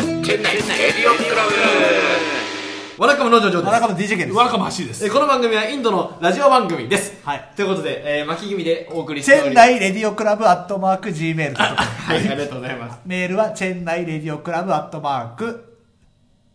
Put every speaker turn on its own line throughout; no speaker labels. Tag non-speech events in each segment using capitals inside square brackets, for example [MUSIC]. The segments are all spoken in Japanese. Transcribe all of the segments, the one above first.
エリオンクラ
わらかむのじょじょで
田
す
中の DJ ケンで
わらかましいです
えーこの番組はインドのラジオ番組です
はい
ということで、えー、巻き気味でお送りし
す。チ
ており
ェン
ます
ナイレディオクラブアットマーク Gmail
はいありがとうございます
メールはチェンナイレディオクラブアットマーク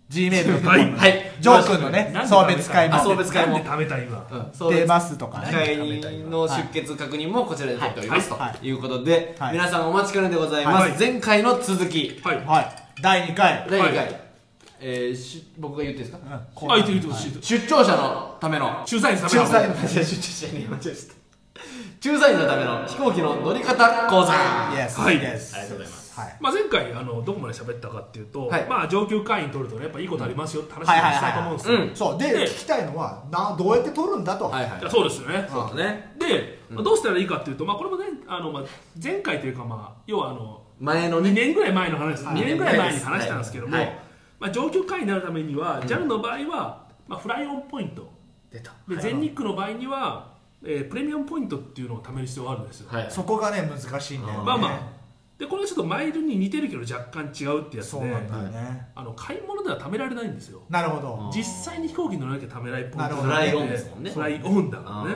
Gmail
はい
ジョー君のね
なん、で
送別会
あ送
も
別会も
なんで食べた今
うんそう
出
です
ますとか
機
ね。
会の出血確認もこちらで取っております、
はいはい
ということで、
はい
皆さんお待ちかねでございます、
はい
前回の続き
はい
はい。第2回。
第2回、
は
えーし僕が言っていいですか、
あいていてほしい
出張者のための
仲裁員さ
仲
ん
裁員出張者に間違えちゃった仲裁員のための飛行機の乗り方講座
イエス。
はい
イエス。
ありがとうございます
はい。
まあ、前回あのどこまで喋ったかっていうと、
はい
まあ、上級会員取るとねやっぱいいことありますよって話を
はいはいはい
したと思うんですよ、
うん
そうで
で
聞きたいのはなどうやって取るんだと、
はいはい
いやそうですよね
そうだね
で、まあどうしたらいいかっていうと、まあ、これもねあの、まあ、前回というか、まあ、要はあの
前の
2
ね
年ぐらい前の話です、
はい
2年ぐらい前に話したんですけども、
はいはい
まあ、上級会員になるためには JAL の場合は、まあ、フライオンポイント
出た
で全日空の場合には、えープレミアムポイントっていうのを貯める必要があるんですよ、
はい
そこがね難しいんだよね
まあまあでこれはちょっとマイルに似てるけど若干違うってやつ
そう
で
なんだよね、
あの買い物では貯められないんですよ
なるほど
実際に飛行機に乗らなきゃためらいポイント
なるほ
フ
ど
ライオンですもんね
フライオンだからね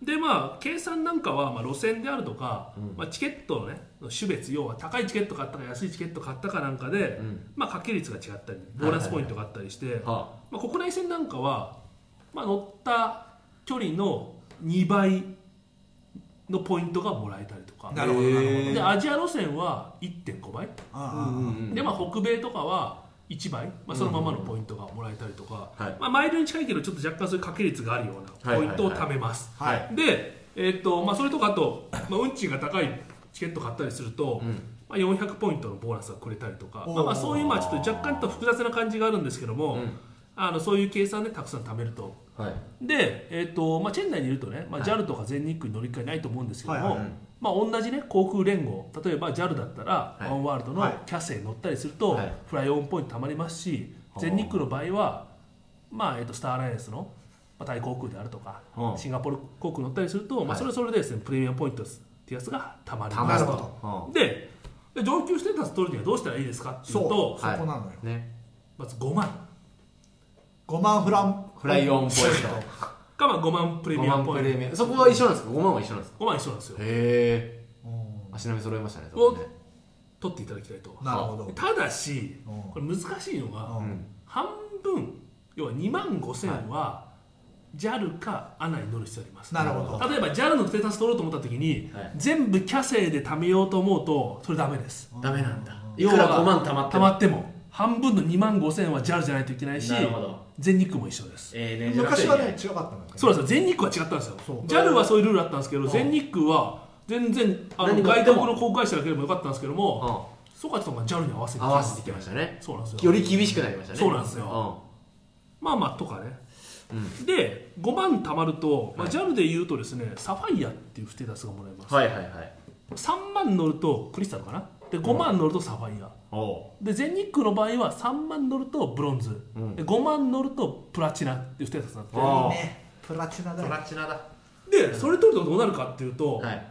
でまあ計算なんかは、まあ、路線であるとか、まあ、チケットのね種別要は高いチケット買ったか安いチケット買ったかなんかで、
ん
まあ掛け率が違ったりボーナスポイントがあったりして、
は
まあ、国内線なんかは、まあ、乗った距離の2倍のポイントがもらえたりとか
なるほどなるほど
でアジア路線は1.5倍、
ああ
でまあ、北米とかは1倍、まあ、そのままのポイントがもらえたりとか、
はい
まあ、マイルに近いけどちょっと若干そういう掛け率があるようなポイントを貯めます、
はいはい
で、えーっとまあ、それとかあと、まあ、運賃が高いチケット買ったりすると、まあ、400ポイントのボーナスがくれたりとか、
おー
まあ、まあそういうまあちょっと若干と複雑な感じがあるんですけども、あのそういう計算でたくさん貯めると
はい
で、えーとまあ、チェン内にいるとね、まあ、JAL とか全日空に乗り換えないと思うんですけども、
はいはい
まあ、同じね航空連合例えば JAL だった
は
ら、
い
ワンワールド
は
の
い
キャセイに乗ったりすると、
はい
フライオンポイントたまりますし全日空の場合は、まあえー、とスターアライアンスの、まあ、タイ航空であるとか、
はあ
シンガポール航空乗ったりすると、
は
まあ、
い
それはそれでです、ね、プレミアムポイントってやつがたまり
た
ま
まする
なる
と。
と
でで上級ステータス取るにはどうしたらいいですかっていう
そう
と
そこなのよ、
ね
まず5万
5万フラン
フライオンポイン
か、まあ、5万プレ
ト
ミ
5
アム
万
ポ
プ
イン
レミアムそこは一緒なんですか5万は一緒なんですか
ト5万一緒なんですよ
へえ
うん
足並み揃えましたね
お
多分ね
取っていただきたいと
なるほど
ただし
う
こ
ん
れ難しいのが、
うん
半分要は2万5千は JAL か ANA に乗る必要あります
なるほど
例えば JAL のステータス取ろうと思った時に、
はい
全部キャセイで貯めようと思うとそれダメです
ダメなんだいくら5万貯まって
貯まっても半分の2万5千は JAL じゃないといけないし
なるほど
全日空も一緒です
えーねじゃなくて
昔はね違かったのよね
そうなんですよ全日空は違ったんですよ
そう
JAL はそういうルールあったんですけど全日空は全然あ
何
の
があっ
外
ても
国の航空会社だけでもよかったんですけどもそうかちょっと JAL に合わせて
合わせてきましたね
そうなんです
よ
よ
り厳しくなりましたね
そうなんですよまあまあとかね、で5万貯まると、まあ、JAL でいうとですねサファイアっていうステータスがもらえます、
うんはいはいはい
3万乗るとクリスタルかなで5万乗るとサファイア、
おお
で全日空の場合は3万乗るとブロンズ、
うん
で5万乗るとプラチナっていうステータスになって
あ
いいねプラチナだ
プ
よ
ラチナだ
でそれ取るとどうなるかっていうと、
はい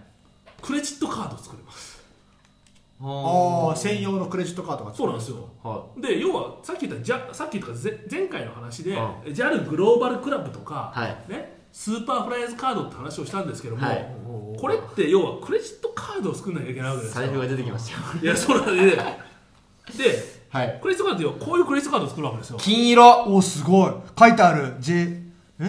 クレジットカードを作れます
あ
お
あ専用のクレジットカードが
そうなんですよ
は
で要はさっき言ったじゃさっきとかぜ前回の話で
うん
JAL グローバルクラブとか、
は
ね、スーパーフライヤーズカードって話をしたんですけども、
はい
これって要はクレジットカードを作らなきゃいけないわけ
い
です
財布
よ
が出てきましたよ
いやそうなんでで
はい
クレジットカードって要はこういうクレジットカードを作るわけですよちょ
金色
おすごい書いてある J え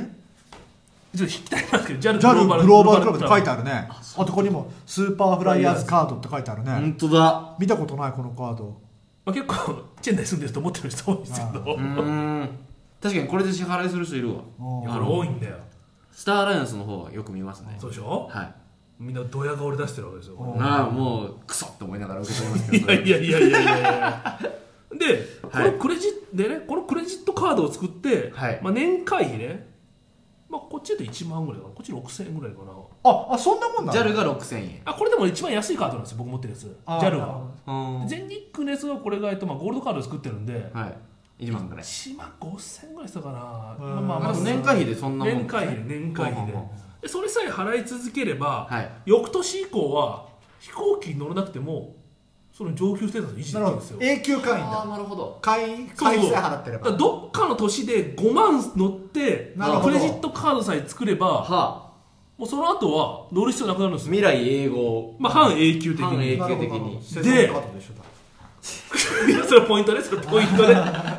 っと引きたいんですけど JAL グ
JAL グローバルクラブって書いて
あ
あるねあとここにもスーパーフライヤーズカードって書いてあるね
本当だ
見たことないこのカード
まあ、結構チェン内住んでると思ってる人多いんですけど
うーん確かにこれで支払いする人いるわ
うん
あの多いんだよ
スターアライアンスの方はよく見ますね
そうでしょ
はい
みんなドヤ顔で出してるわけですよこれ
ああもうクソって思いながら受け取りますけ
い
ど
やいやいやいやいやいやで、
はい
このクレジでねこのクレジットカードを作って、
はい
まあ、年会費ね、まあ、こっちだと1万ぐらいかなこっち6000円ぐらいかな
ああそんなもんなの
JAL が6000円
あこれでも一番安いカードなんですよ僕持ってるやつ
あー
JAL
なるほ
は
うん
全日空のやつはこれが、えっとまあ、ゴールドカードで作ってるんで、
はい1万ぐらい
1万5000円ぐらいしたかな
うん
まあまあま
あ
あ
と年会費でそんなもん
年会費で年会費で
ほうほうほ
でそれさえ払い続ければ、
はい
翌年以降は飛行機に乗らなくてもその上級ステータスを維持でき
なる
るん
ほ
ですよ
ど永久会員
ああ
だ
なるほど
会員
そう
会
そう
費さえ払ってれ
だから
ば
どっかの年で5万乗って
なるほど
クレジットカードさえ作れば
はあ
もうその後は乗る必要なくなるんですよ、
未来英語
まあ、半永久的
半
に
永
い
久
なるほど
永久的に
生産カードと一緒だ
や [LAUGHS] それポイントねそれポイントね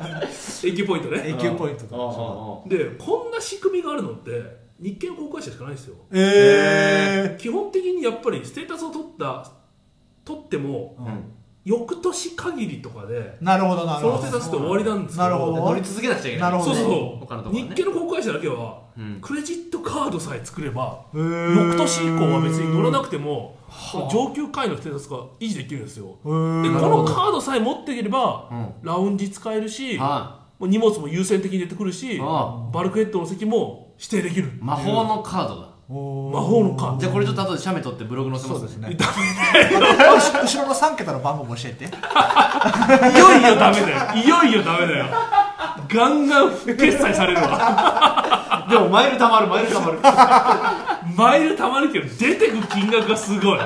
永久ポイントね
永久ポイントと一
あああ
緒
あ
でこんな仕組みがあるのって日系航空会社しかないんですよ
だえ
基本的にやっぱりステータスを取った取っても
ーうん
翌年限りとかで
なるほどな
そ
る
の
ほ
ステー
ど
タスって終わりなんですけ
なるほど
乗り続けなくちゃいけない
なるほど
そうそう
他のと
そ
ころ
う、
ね
日系の航空会社だけは、
うん
クレジットカードさえ作れば
へー
翌年以降は別に乗らなくても上級会員のステータスが維持できるんですよ
へ
でこ
ー
のカードさえ持っていれば、
うん
ラウンジ使えるし、
は
もう荷物も優先的に出てくるし
あ
バルクヘッドの席も指定できる
い魔法のカードだ
おー
魔法のカード
じゃあこれちょっと後で写メ撮ってブログ載せます
そうですね
ダ
後 [LAUGHS] 後ろの3桁の番号も教えて
メいよいよダメだよいよいよダメだよガンガン決済されるわ
でもマイル貯まるマイル貯まる
マイル貯まるけど出てく金額がすご
[LAUGHS]
い
な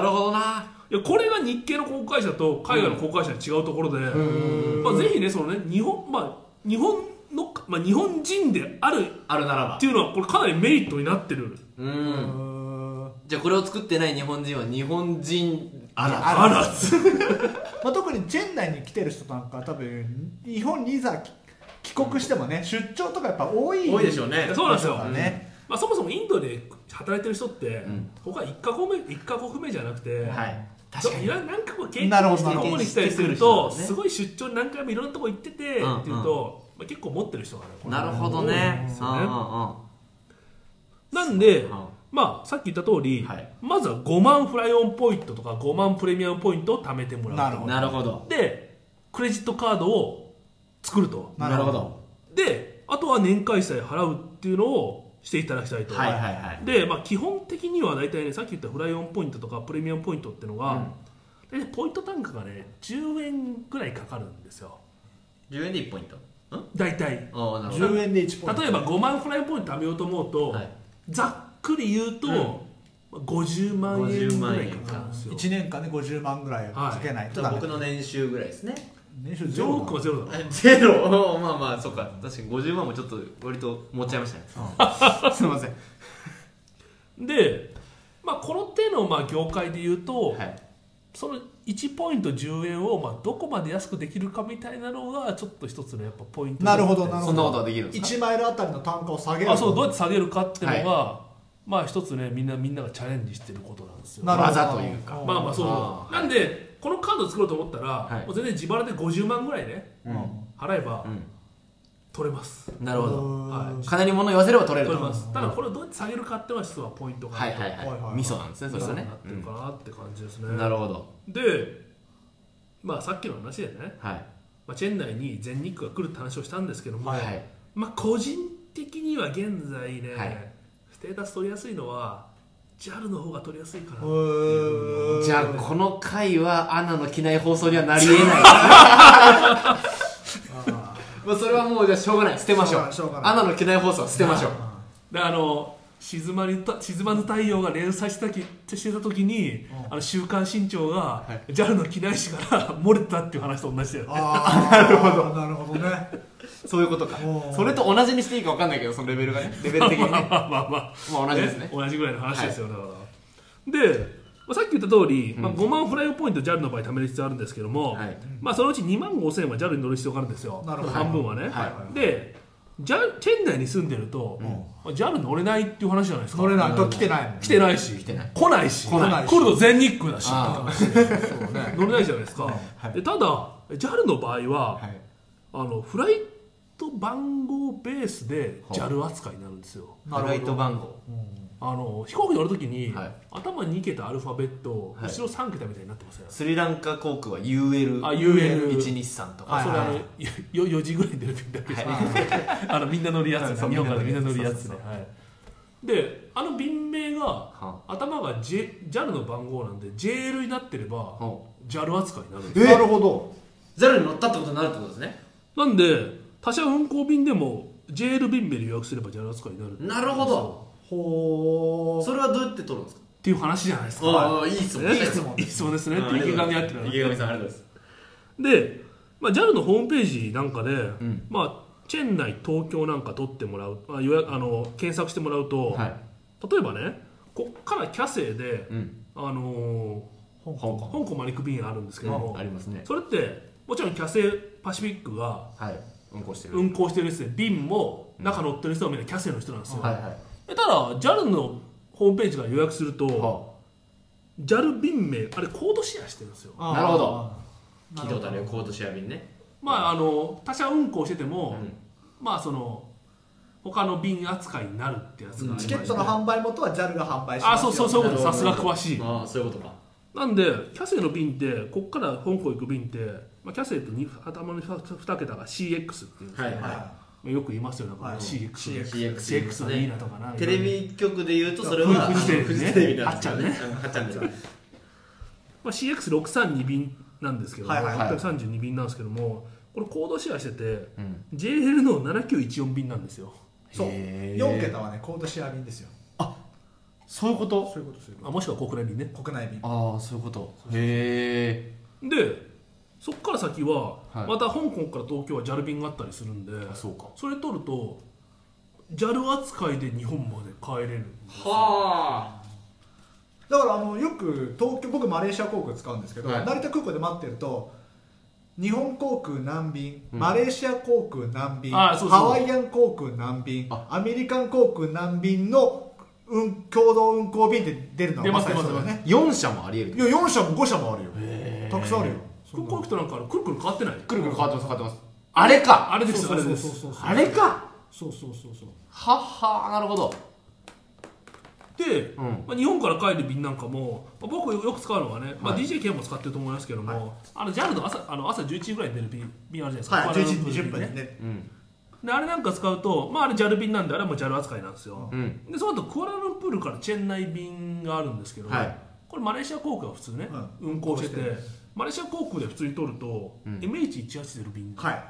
るほどない
やこれが日系の航空会社と海外の航空会社の違うところで、まあ、ぜひねそのね日本,、まあ、日本の、まあ、日本人である
あるならば
っていうのはこれかなりメリットになってる
うん
うん
じゃあこれを作ってない日本人は日本人あら
あら
ず
まあ、特にチェン内に来てる人なんかは多分日本にいざ帰国してもね出張とかやっぱ多い
多いでしょうね
そうなんですよ
からね、
まあ、そもそもインドで働いてる人って、
ん
他一カ国目一カ国目じゃなくて、
はい
ど
確か
い
に
ろんな何かこう経験
なるほど
してここに来た
経験
りする
してくる人
と、
だね
すごい出張に何回もいろんなとこ行ってて、
うん
っていうと、まあ、結構持ってる人がねこれ
なるほどね
そううんね
うんうん
なんで、
うん
まあ、さっき言った通り、
はい
まずは5万フライオンポイントとか5万プレミアムポイントを貯めてもらうと
なるほど
なるほど
でクレジットカードを作ると
な
な
る
る
ほ
ほ
ど
ど
であとは年会費さえ払うっていうのをしていただきたいと、
はいはいはい
で、まあ、基本的には大体ねさっき言ったフライオンポイントとかプレミアムポイントってのが、大体ポイント単価がね10円ぐらいかかるんですよ
10円で1ポイントん
大体
ああなるほど
10円で1ポイント
例えば5万フライオンポイント貯めようと思うと、
はい
ざっくり言うと、
うん
まあ50万円ぐらいかかるんですよ
1年間で50万ぐらいかけないとダメ、
僕の年収ぐらいですね
年収
ジ
ゼ
ョ
ロ
ー
だ
クはゼロだ
ゼロ [LAUGHS] まあまあそっか確かに50万もちょっと割と持っちゃいましたねすいません [LAUGHS]
で、まあ、この手のまあ業界で言うと、
はい
その1ポイント10円をまあどこまで安くできるかみたいなのがちょっと一つのやっぱポイント
なるほどなるほど
そんなことはできるんですか
1マイルあたりの単価を下げる
あそうどうやって下げるかっていうのが、まあ一つねみんなみんながチャレンジしてることなんですよ
なるほど
技というか
まあまあそう
あ
そうなんでこのカード作ろうと思ったら、
はい
もう全然自腹で50万ぐらいね
うん
払えば
う
取れます、
んなるほど
うん
は
金に物言わせれば取れる
取
と
れますただこれをどうやって下げるかっていうのは実はポイントが
はいはい
はいはいは
はいい味噌なんですねそれが
そうな
ね
ってるかなって感じですね、
うんなるほど
でまあさっきの話でね、
はい
まあ、チェン内に全日空が来るって話をしたんですけども、
はい
まあ、個人的には現在ね、
はい
ステータス取りやすいのは JAL の方が取りやすいかな、
うーん
じゃあこの回はアナの機内放送にはな [LAUGHS] りえないまあそれはもうじゃあしょうがない捨てましょう
しょうがないしょうがない
アナの機内放送は捨てましょう
であの静まりた静まず太陽が連載したきしてた時に「あの週刊新潮」が JAL の機内誌から漏れたっていう話と同じだよね
ああなるほどなるほどね
そういうことか
おー
それと同じにしていいか分かんないけどそのレベルがねレベル的にね [LAUGHS] ま
[LAUGHS] まあまあまあ
あ同じですね
同じぐらいの話ですよ、だからで、まあ、さっき言った通り、まあ、5万フライオンポイント JAL の場合貯める必要あるんですけども、
はい
まあ、そのうち2万5千円は JAL に乗る必要があるんですよ
なるほど
半分はね、
は
で JAL チェン内に住んでると、まあ JAL 乗れないっていう話じゃないですか
乗れないと来てないもん
来てないし
来てない
来ないし
来ないし
来ると全日空だし
ああ
そうね
乗れないじゃないですか、でただ JAL の場合は、
はい
あのフライト番号ベースで JAL 扱いになるんですよ
なるほど
フライト番号
あの飛行機乗るときに、
はい
頭2桁アルファベット、
はい
後ろ3桁みたいになってますよ、ね
スリランカ航空は
あ UL
UL123 とか
はい
それあのよ4時ぐらいに出る便だけですね、 [LAUGHS] あのみんな乗るやつ
は
ね
い
日本からみんな乗るやつ
そう
ね
そう
はいであの便名が
は
頭が J- JAL の番号なんで JL になってれば
は
JAL 扱いになるんです
なるほど
JAL に乗ったってことになるってことですね
なんで他社運航便でも JL 便名で予約すれば JAL 扱いになる
なるほど
ほー
それはどうやって取るんですか
っていう話じゃないですか
ああいい質問
いい質問
いい質問ですねって池上やってる
池上さんありがとうございます
で、まあ、JAL のホームページなんかで、
ん
まあ、チェン内東京なんか取ってもらうあ予約あの検索してもらうと、
はい
例えばねこっからキャセイで、
うん
あの
香
香
ー
港
香港まで行く便あるんですけども、
ありますね
それってもちろんキャセイパシフィックが
はい運行してる
運航してるやつで便も中乗ってる人はみんなキャセイの人なんですよ、
はいはい
えただ JAL のホームページから予約すると
は
JAL 便名あれコードシェアしてるんですよ
あ
なるほどあ
な
聞いた
るほど
ことあるよコートシェア便ね
まああの他社運航してて
う
も、
ん
まあその他の便扱いになるってやつがありまし
チ
て
ケットの販売元は JAL が販売し
あ
ます
そうそうそういうことさすが詳しい
ああそういうことか
なんでキャセイの便ってこっから香港行く便って、まあ、キャセイってに頭の2桁が CX っていうんですけど、
はい
は
まあ、よく言いますよね、
はい
CX,
CX
CX はいいなとかな
テレ、ビ局で言うとそれは
フジテレビ
フ
ね
ジテレビ
はっちゃんね
はっちゃんですよ
まあ、CX632 便なんですけども、
はいはい
はい
632便なんですけどもこれコードシェアしてて
うん
JL の7914便なんですよ
そう
へー
4桁はねコードシェア便ですよ
そういうこと
そういうことそういうこ
あもしくは国内便ね
と国内便
ああそういうことへ
でそこから先は、
はい
また香港から東京は JAL 便があったりするんで
えそうか
それ取ると JAL 扱いで日本まで帰れる
は
だからあのよく東京僕マレーシア航空使うんですけど、
はい
成田空港で待ってると日本航空南便、
うん
マレーシア航空南便
あそうそう
ハワイアン航空南便
あ
アメリカン航空南便の運共同運航便って出るのは
出
ま
ます
さにそうだよね
あ4社もありえる
いや4社も5社もあるよたくさんあるよそ
空
んな
港行くとなんかあのくるくる変わってない
くるくる変わってます変わってますあれか
あれです
そ
あ
う
れ
そう
です
そうそうそう
あれか
そうそうそうそう
はっはーなるほど
で、
うん
まあ、日本から帰る便なんかも、まあ、僕よく使うのはね、まあ、
はい
DJK も使ってると思いますけども、
はい
あの JAL の朝あの朝11時ぐらいに出る便便あるじゃない
はい
ですか、
11時20分
ね
にね
うん
であれなんか使うと、まあ、あれ JAL 便なんであれはもう JAL 扱いなんですよ、
うん
でその後クアラルンプールからチェンナイ便があるんですけど、
はい
これマレーシア航空が普通ね、
は
運航してて
運航して
マレーシア航空で普通に取ると、
うん
MH180 便
はい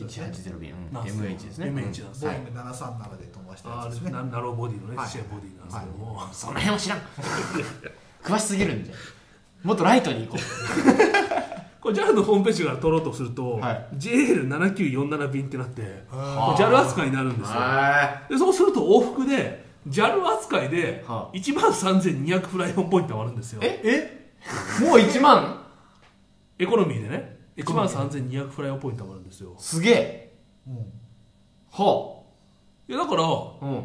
180便うん
なんですよ
MH ですね
MH なん
うん
です
ボ
よ
ーイング737で飛ばした
あ
やつです
ー
ね
なナローボディのね、
はい
ちっちゃいボディなんですけども、
その辺は知らん [LAUGHS] 詳しすぎるんじゃんもっとライトに行こ
これ JAL のホームページから取ろうとすると、
はい
JL7947 便ってなって
あ
あー
JAL 扱いになるん
う
ですよ
は
でそうすると往復で JAL 扱いで
は
1万3200フライオンポイントあるんですよ
え
え
いもう1万
エコノミーでね1万3200フライオンポイントもあるんですよ
すげえ
うん
はい
やだから
あうん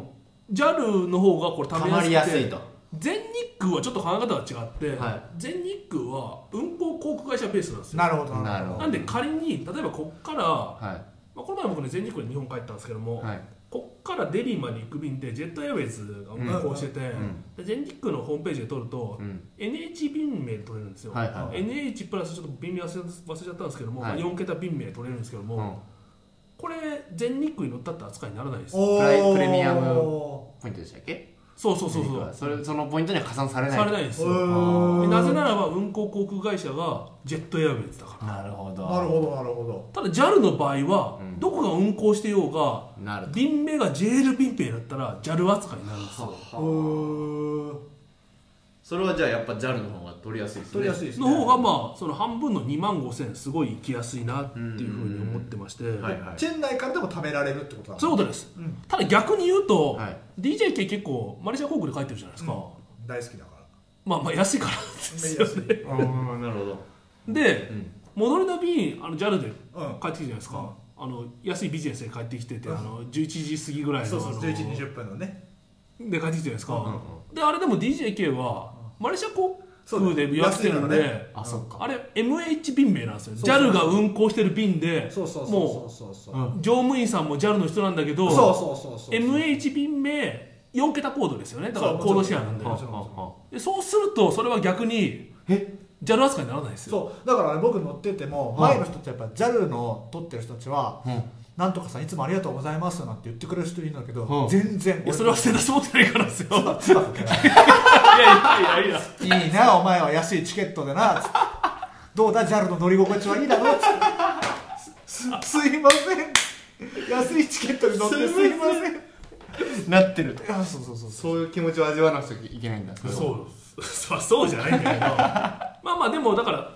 JAL の方がこれ
た
貯
ま
め
り
や
や
すく
す
て
いと
全日空はちょっと考え方が違って、
は
全日空は運航航空会社ベースなんですよ
なるほど
なるほど
なんで仮に例えばこっから、まあ、
は
この前僕ね全日空に日本帰ったんですけど
い
も、
はい
こっからデリーまで行く便ってジェットエアウェイズが運行してて、
ん
で全日空のホームページで取ると、
うん
NH 便名で取れるんですよ、
はいはい
NH プラスちょっと便名忘れ忘れちゃったんですけども、
はい
4桁便名で取れるんですけども、
うん
これ全日空に乗ったって扱いにならないですよ
おー
プレミアムポイントでしたっけ
そうそうそうそう
それそのポイントには加算されない
されないんですよ
う
で
ーん
なぜならば運航航空会社がジェットエアウェイズだから
なるほど
なるほどなるほど
ただ JAL の場合は、
うん
どこが運航してようが
なるほど
便名が JL 便名だったら JAL 扱いになるんですよ
うーん
それはじゃあやっぱ JAL の方が取りやすいですね
取りやすいです
の
ね
方がまあその半分の2万5千すごい行きやすいなっていうふうに思ってまして、
はいはい
チェン内からでも貯められるってことだ
そういう
う
ことです、
ん
ただ逆に言うと、
はい
DJK 結構マレーシア航空で書いてるじゃないですか、
大好きだから
まあまあ安いか
[LAUGHS]
らですよね
ああなるほど
で、
うん
戻りの便あの JAL で
うん
帰ってきてるじゃないですか、あの安いビジネスで帰ってきてて、あの11時過ぎぐらいの
そうそう
あの
11時20分のね
で帰ってきてるじゃないですか、
うんうん
であれでも DJK はマレーシア航
そ
空
うです
でやってるんで、
安いからね
あそっか
あれ MH 便名なんですよ
そうそう
JAL が運航してる便で
そうそう
も
そうそうそうそう
もう
う乗務員さんも JAL の人なんだけど
そうそうそうそう
MH 便名4桁コードですよねだから
そう
コードシェアなんで
もちろん
でそうするとそれは逆に
え
JAL 扱いにならないですよ
そうだからね僕乗ってても
はい
前の人ってやっぱ JAL の撮ってる人たちは
うん
「なんとかさんいつもありがとうございます」なんて言ってくれる人いるんだけ
う
ど
ん
全然
いやそ
[LAUGHS]
れはステータス持ってないからですよいや
つばかけない
[LAUGHS] いやいやいや
いいなお前は安いチケットでなつってどうだ JAL の乗り心地はいいだろうつってすすいません安いチケットで乗ってすいません
なってると
あそうそうそう
そういう気持ちを味わわなくちゃいけないんだ
そう [LAUGHS] そそうじゃない
[LAUGHS]
んだけどまあまあでもだから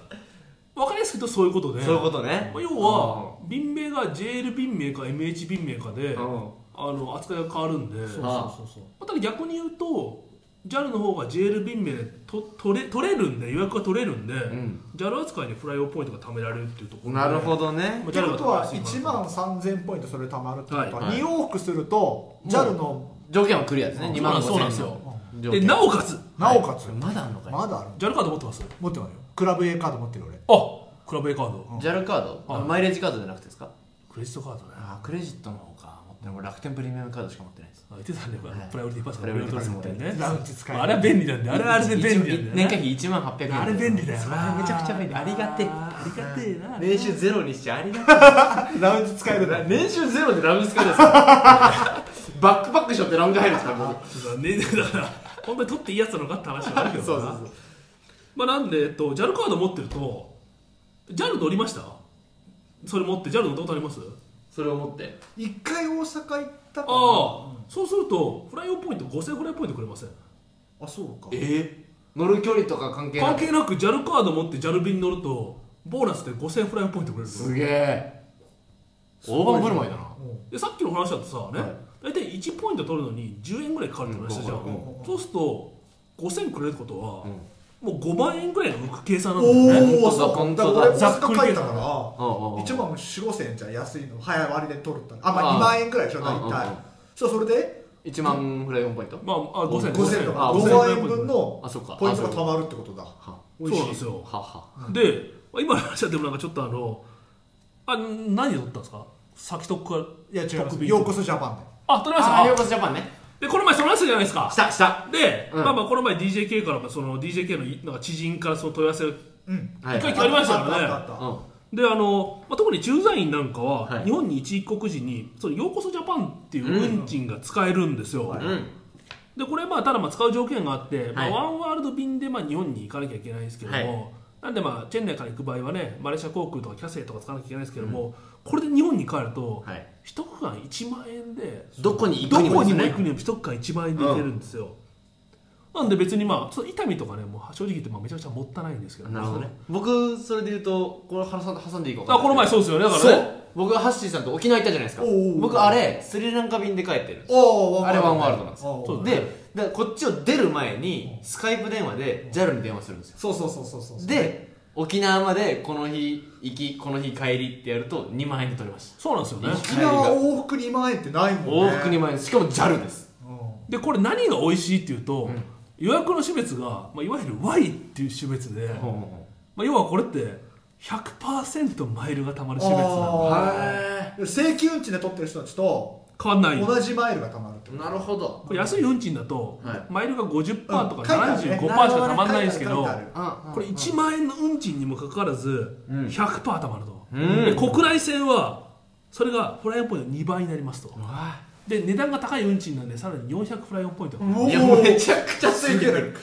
分かりやすく言うとそういうことで
そういうことね
まあ要は便名が JL 便名か MH 便名かで、
うん
あの扱いが変わるんで
そう
ま
そうそう
あただ逆に言うと JAL の方が JL 便名でと取れ取れるんで予約が取れるんで、
ん
JAL 扱いにフライオポイントが貯められるっていうところで
なるほど
ま
ね
あ
ってことは
JAL が
1万3000ポイントそれ貯まるってこと
はい
は
はい
2往復すると JAL の
条件はクリアですね2万
そうなん
5000
ですよ
円
でなおかつ
なおかつ
まだあんのかい
まだある
JAL カード持ってますあ
持ってないよクラブ A カード持ってる俺
クラブ A カード
JAL カードあ
はい
マイレージカードじゃなくてですか
クレジットカードね
あクレジットの方か持ってない俺楽天プレミアムカードしか持ってないです
あ言ってたね、
はい
プライオリティパス
プライオリティパス
みたいなね
ラウンジ使える
あれは便利なんであれはあれで便利なんだ
年会
よね
費1万800円
あれ便利だよ
それ
な
めちゃくちゃ便利ありがてえ
あーありがてえな
年収ゼロにしてありがて
ラウンジ使えるんだ
え年収ゼロでラムスカですか [LAUGHS] バックパックしょってラウンジ入るんですか
ねだから本当に取っていいやつなのかって話はあるけど
そう
な
そうそう
まあなんで、えっと、JAL カード持ってると JAL 乗りましたそれ持って JAL 乗ったことあります
それを持って
一回大阪行った
あ
か
あ、
な
そうするとフライオンポイント5000フライオンポイントくれません
あそうか
え乗る距離とか関係な
関
い
係なく JAL カード持って JAL 便に乗るとボーナスで5000フライオンポイントくれるんですよ
すげえ大盤振る舞いだな
でさっきの話だとさ、ね大体1ポイント取るのに10円ぐらいかかるって話したじゃん、
うんうん
そうすると5000円くれるってことは、
うん
もう5万円ぐらいの浮く計算なんだよね
お
本当
お
だ
そう
本
か
当だ
俺
ざっ
大
くり計
阪
算
帰ったから1万4 5千円じゃ安いの早割りで取るったらあま
あ
あ
あ
2万円くらいでしょ
うんう
大
んうん
体そうそれで
1万フライオンポイント
まあ、あ5000
5千円とか
あ
5万円分の
あそっか
ポイントが貯まるってことだ
は
そうなんですよ
はは
でまあ今の話はでもなんかちょっとあのあ何で取ったんですか先とか
いや違いま
特
す
備
ようこそジャパンで
あ取りまし
あーようこ
た
そジャパンね
でこの前その話したじゃないですか
したした
で、
うん
まあまあこの前 DJK からもその DJK のいなんか知人からその問い合わせが
うん
はい
一回ありましたよね
あったあったあっ
う
であの、まあ、特に駐在員なんかは、
はい
日本に一国時にそのようこそジャパンっていう運賃が使えるんですよ、
んうん
でこれまあただまあ使う条件があって、ま
は
あ、
い
ワンワールド便でまあ日本に行かなきゃいけないんですけども、なんでまあチェン内から行く場合はねマレーシア航空とかキャセイとか使わなきゃいけないんですけども、これで日本に帰ると、
はい
一区間1万円で
どこに行
ど
くにも
こ
で
に
す
も
ね
行くにも一区間1万円で行けるんですよ、なんで別にまあその痛みとかねもう正直言ってまあめちゃくちゃもったいないんですけど
なるほどね僕それで言うとこれ挟んで挟んでいこうか
あこの前そうですよねだからね
そう僕がハッシーさんと沖縄行ったじゃないですか
おうおう
僕あれスリランカ便で帰ってるんです
たおー
あれワンワールドなんです
おー
そう
でだからこっちを出る前にスカイプ電話で JAL に電話するんですよ
そうそうそうそうそうそう
で沖縄までこの日行きこの日帰りってやると2万円で取れました
そうなんですよね
沖縄往復2万円ってないもん
往
ね
復2万円しかも JAL です
う
でこれ何が美味しいっていうと、予約の種別が、まあ、いわゆる Y っていう種別で、まあ、要はこれって100%マイルがたまる種別なんで
あ
は
ん請求運賃で取ってる人たちと
変わんない
同じマイルが貯まるって
いなるほど
これ安い運賃だと、
はい
マイルが50%とか
うん書いて
75%し
あるね
かたまんないんですけ
書
ど、
いてある
あ
これ1万円の運賃にもかかわらず
うん
100%たまると、
うん
で国内線はそれがフライオンポイント2倍になりますとで値段が高い運賃なんでさらに400フライオンポイントが、
おー
いやめちゃくちゃついてる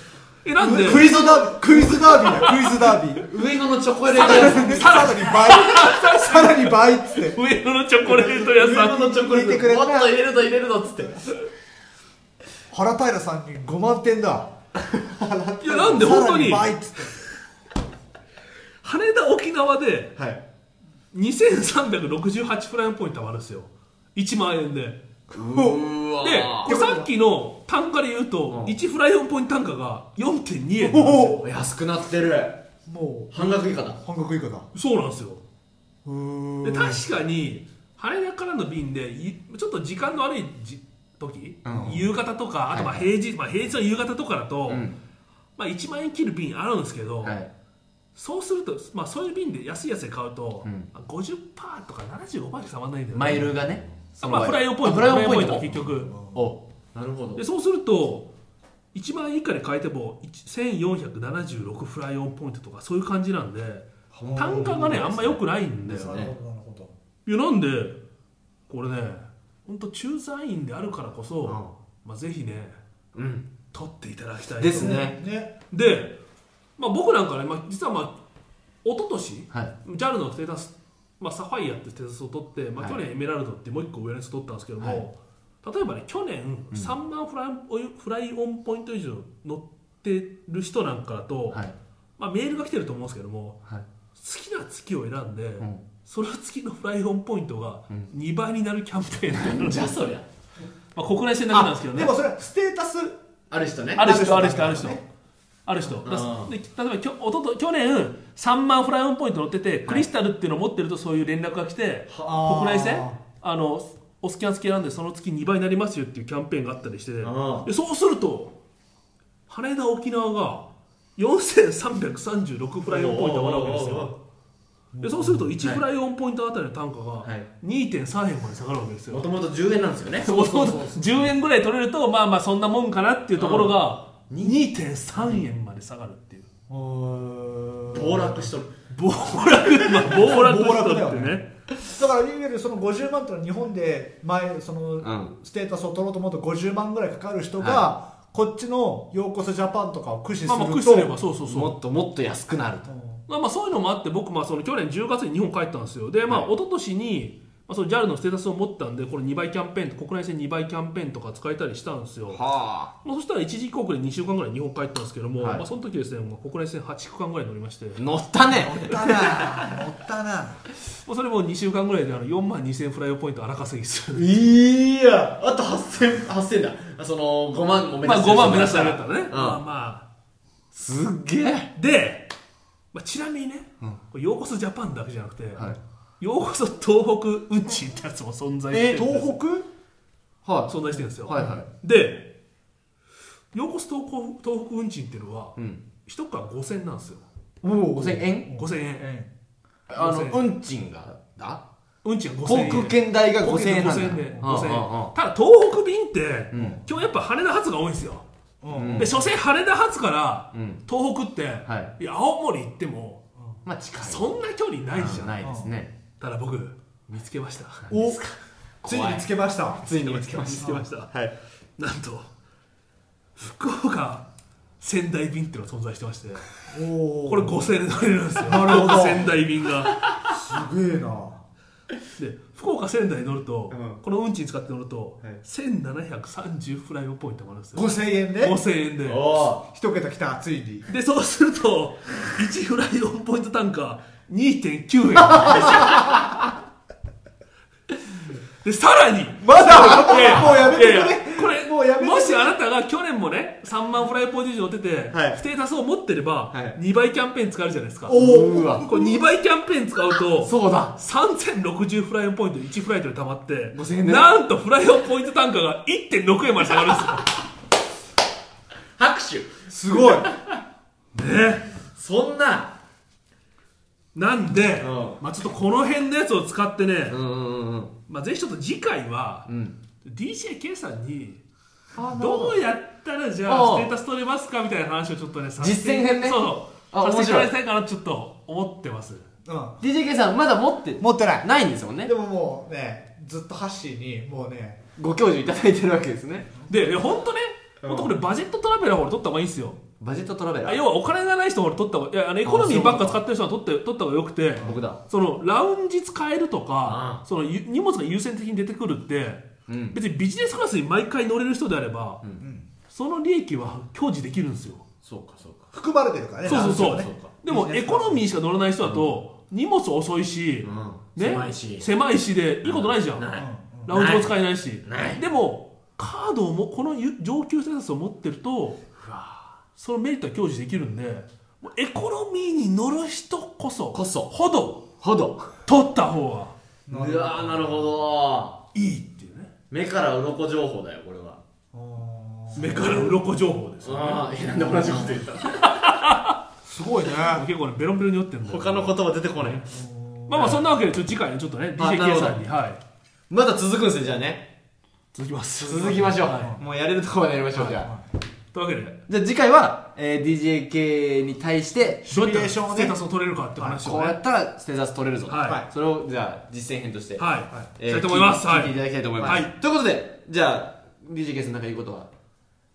えなんで
クイズダービークイズダービーだクイズダービー
上野のチョコレート屋さん
さらに倍さらに倍っつって
上野のチョコレート屋さん
上野のチョコレート
もっと入れると入れるとっつって
原平さんに5万点だ
いやなんで本当に
さら倍っつって
羽田沖縄で
はい
2368フライオンポイント貯まるんですよ1万円で
うわ
でこれさっきの単価で言うと1フライオンポイント単価が4.2円なんですよ
お
安くなってる
も
半額以下だ
う半額以下だ
そうなんですよ
うー
で
ん
確かに羽田からの便でいちょっと時間の悪いじ時、
うん
夕方とかあとまあ
はい
平日、まあ、平日の夕方とかだと、
うん
まあ、1万円切る便あるんですけど、
はい
そうすると、まあ、そういう便で安いやつで買うと、
うん
50%とか75%しかたまんないんだよね
マイルがねその
まあ、
場合
フライオンポイント
あフライオンポイン
フ
ト
ライ結局
おなるほど
でそうすると1万円以下で買えても1476フライオンポイントとかそういう感じなんで単価がねあんま良くないんだよ
なるほどなるほど
いやなんでこれね本当駐在員であるからこそ、まあ、ぜひね
うん
取っていただきたいと
ですね
ね
で、まあ、僕なんかね、まあ、実はまあ一昨年
はい
JAL のステータス、まあ、サファイアっていうステータスを取って、まあ、
はい
去年エメラルドってもう一個上のやつ取ったんですけども、
はい
例えばね去年
うん
3万フライオイフライオンポイント以上乗ってる人なんかだと、
はい
まあ、メールが来てると思うんですけども
はい
好きな月を選んで、
うん
その月のフライオンポイントが
うん
2倍になるキャンペーンっていうのが
じゃあそりゃ
まあ国内線だけなんですけどね
でもそれはステータス
ある人ね
ある人あ
あ
る
る
人
人
ある人ある人だ
うん
で例えばきょおとと去年3万フライオンポイント乗っててクリスタルっていうのを持ってるとそういう連絡が来て
はあ
国内線あのお好きな月選んでその月2倍になりますよっていうキャンペーンがあったりして
うん
でそうすると羽田沖縄が4336フライオンポイント上がるわけですよでそうすると1
はい
フライオンポイントあたりの単価が
はい
2.3円まで下がるわけですよ
もともと10円なんですよね
そうそう10円ぐらい取れるとまあまあそんなもんかなっていうところが2.3円まで下がるっていう
暴
暴落しとる
暴落まあ暴落
暴落
しと
だ
っ
よ
て
ね
ね
だからいわゆるその50万ってのは日本で前その、
ん
ステータスを取ろうと思うと50万ぐらいかかる人が、こっちの「ようこそジャパン」とかを駆使する
まあま
と、
あ駆使すればそうそうそう
もっともっと安くなると
うん
まあ、まあそういうのもあって僕まあその去年10月に日本帰ったんですよでまあ
はい
一昨年にまあその JAL のステータスを持ったんでこれ2倍キャンペーン国内線2倍キャンペーンとか使えたりしたんですよ
は
まあ、そしたら一時帰国で2週間ぐらい日本帰ったんですけども、
はい
まあ、その時ですねもう国内線8区間ぐらい乗りましても
あ乗ったね
乗ったな乗ったな
うそれも2週間ぐらいであの4万2000フライオンポイント荒稼ぎする
いやあと8000 8000だあその5万を目
ま
指し
あ
て
5
る人
万目指したんだったらね、
うん
まあま
すっげえ
あで、まあ、ちなみにね、
うん
これようこそジャパンだけじゃなくて、
は
ようこそ東北運賃ってやつも存在して
え
るんです
東北
いは
存在してるんですよ、
いはいは
でようこそ東北東北運賃っていうのはい
うん
一区間5000なんですよ
も
5000円
5000円
え
あの
5000
運賃がだ
運賃は5000
航
円
空券代が
航空
5000円
券
なんだ
5000円で
うんうん
5000円ただ東北便って、
うん
今日やっぱ羽田発が多いんですよ、
うん
で所詮羽田発から
うんうん
東北って、
はい
や青森行っても
まあ近い
そんな距離ないじゃん、
ないですね
ただ僕見つけました
おつい
怖
に
い
見つけました
ついに見つけま
見
し
つけました
たはい
なんと福岡仙台便っていうのが存在してまして
おお
これ5000円で乗れるんですよ
[LAUGHS] なるほど
福岡仙台便が
すげえな
で福岡仙台乗ると、
うん
この運賃使って乗ると、
はい
1730フライオンポイントもあるんですよ
5000円で
5000円で
お
一桁きたついに
でそうすると1フライオンポイント単価2.9円
[LAUGHS]
なんですよでさらに
まだ
いい
もうやめて
い
く
やい
れ
やこれ
もうやめて
もしあなたが去年もね3万フライポイント以上乗ってて、
はい
ステータスを持ってれば、
はい
2倍キャンペーン使えるじゃないですかこ
お
う
お
わ
れ2倍キャンペーン使うと
そうだ
3060フライオンポイント1フライトでたまって
5000円ね
なんとフライオンポイント単価が1.6円まで下がるんですよ
拍手
すごい
そんな
なんで、
うん
まあ、ちょっとこの辺のやつを使ってね
う、んうんうん
まあ、ぜひちょっと次回は
う、ん
DJK さんに
あ
どうやったらじゃあ
あ
ス
あ
テータス取れますかみたいな話をちょっとねさせて
実践編ね
そうそう
あ
させても
面白
ら
い
いたいかなとちょっと思ってます
うん
DJK さんまだ持って
持ってない
ないんですもんね
でももうねずっとハッシーにもうね
ご教授いただいてるわけですね
でいや本当ね本当これバジェットトラベラーを俺取った方がいいんですよ
バジェットトラベラ
あ
ー
要はお金がない人を俺取った方がいやあのエコノミーばっか使ってる人は取って取った方がよくて
僕だ
そのラウンジ使えるとか
あ
そのゆ荷物が優先的に出てくるって
うん
別にビジネスクラスに毎回乗れる人であれば、
ん
その利益は享受できるんですよ
そうかそうか
含まれてるからね
そうそうそう
ランチはね
でもエコノミーしか乗らない人だと荷物遅いし、
うん
ね、
狭いし
狭いしでいいことないじゃん、
ない
う
ラ
ん
ウンジも使えないし
ない
でもカードをもこのゆ上級ステータスを持ってるとそのメリットは享受できるんでもうエコノミーに乗る人こそ
こそ
ほど
ほど
取った方が
うわーなるほど
いいっていうね
目から鱗情報だよこれは
うん
目から鱗情報ですよね
ああえなんで同じこと言った
すごいね
結構ねベロンベロンに酔ってるんだよ
他の言葉出てこない
まあまあそんなわけでちょっと次回ねちょっとね
あなる
DJK
ほど
さんにはい
まだ続くんですよじゃあね
続きます
続きましょう、
は
もうやれるとこまでやりましょう、じゃあ
いというわけで
じゃあ次回は、えー DJK に対して
どうやっ
ミュレ
た
ー
ら
ションを
ス
ね
テータスを取れるかって話
こ
を
う
ね
やったらステータス取れるぞ、
はい
それをじゃあ実践編として、
はい
えー
したいと思います
聞
はい
いていただきたいと思います、
はい
ということでじゃあ DJK さん何か言うことは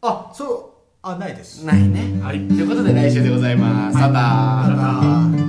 あそうあないです
ないね
はい
ということで来週でございます、さよなら
あー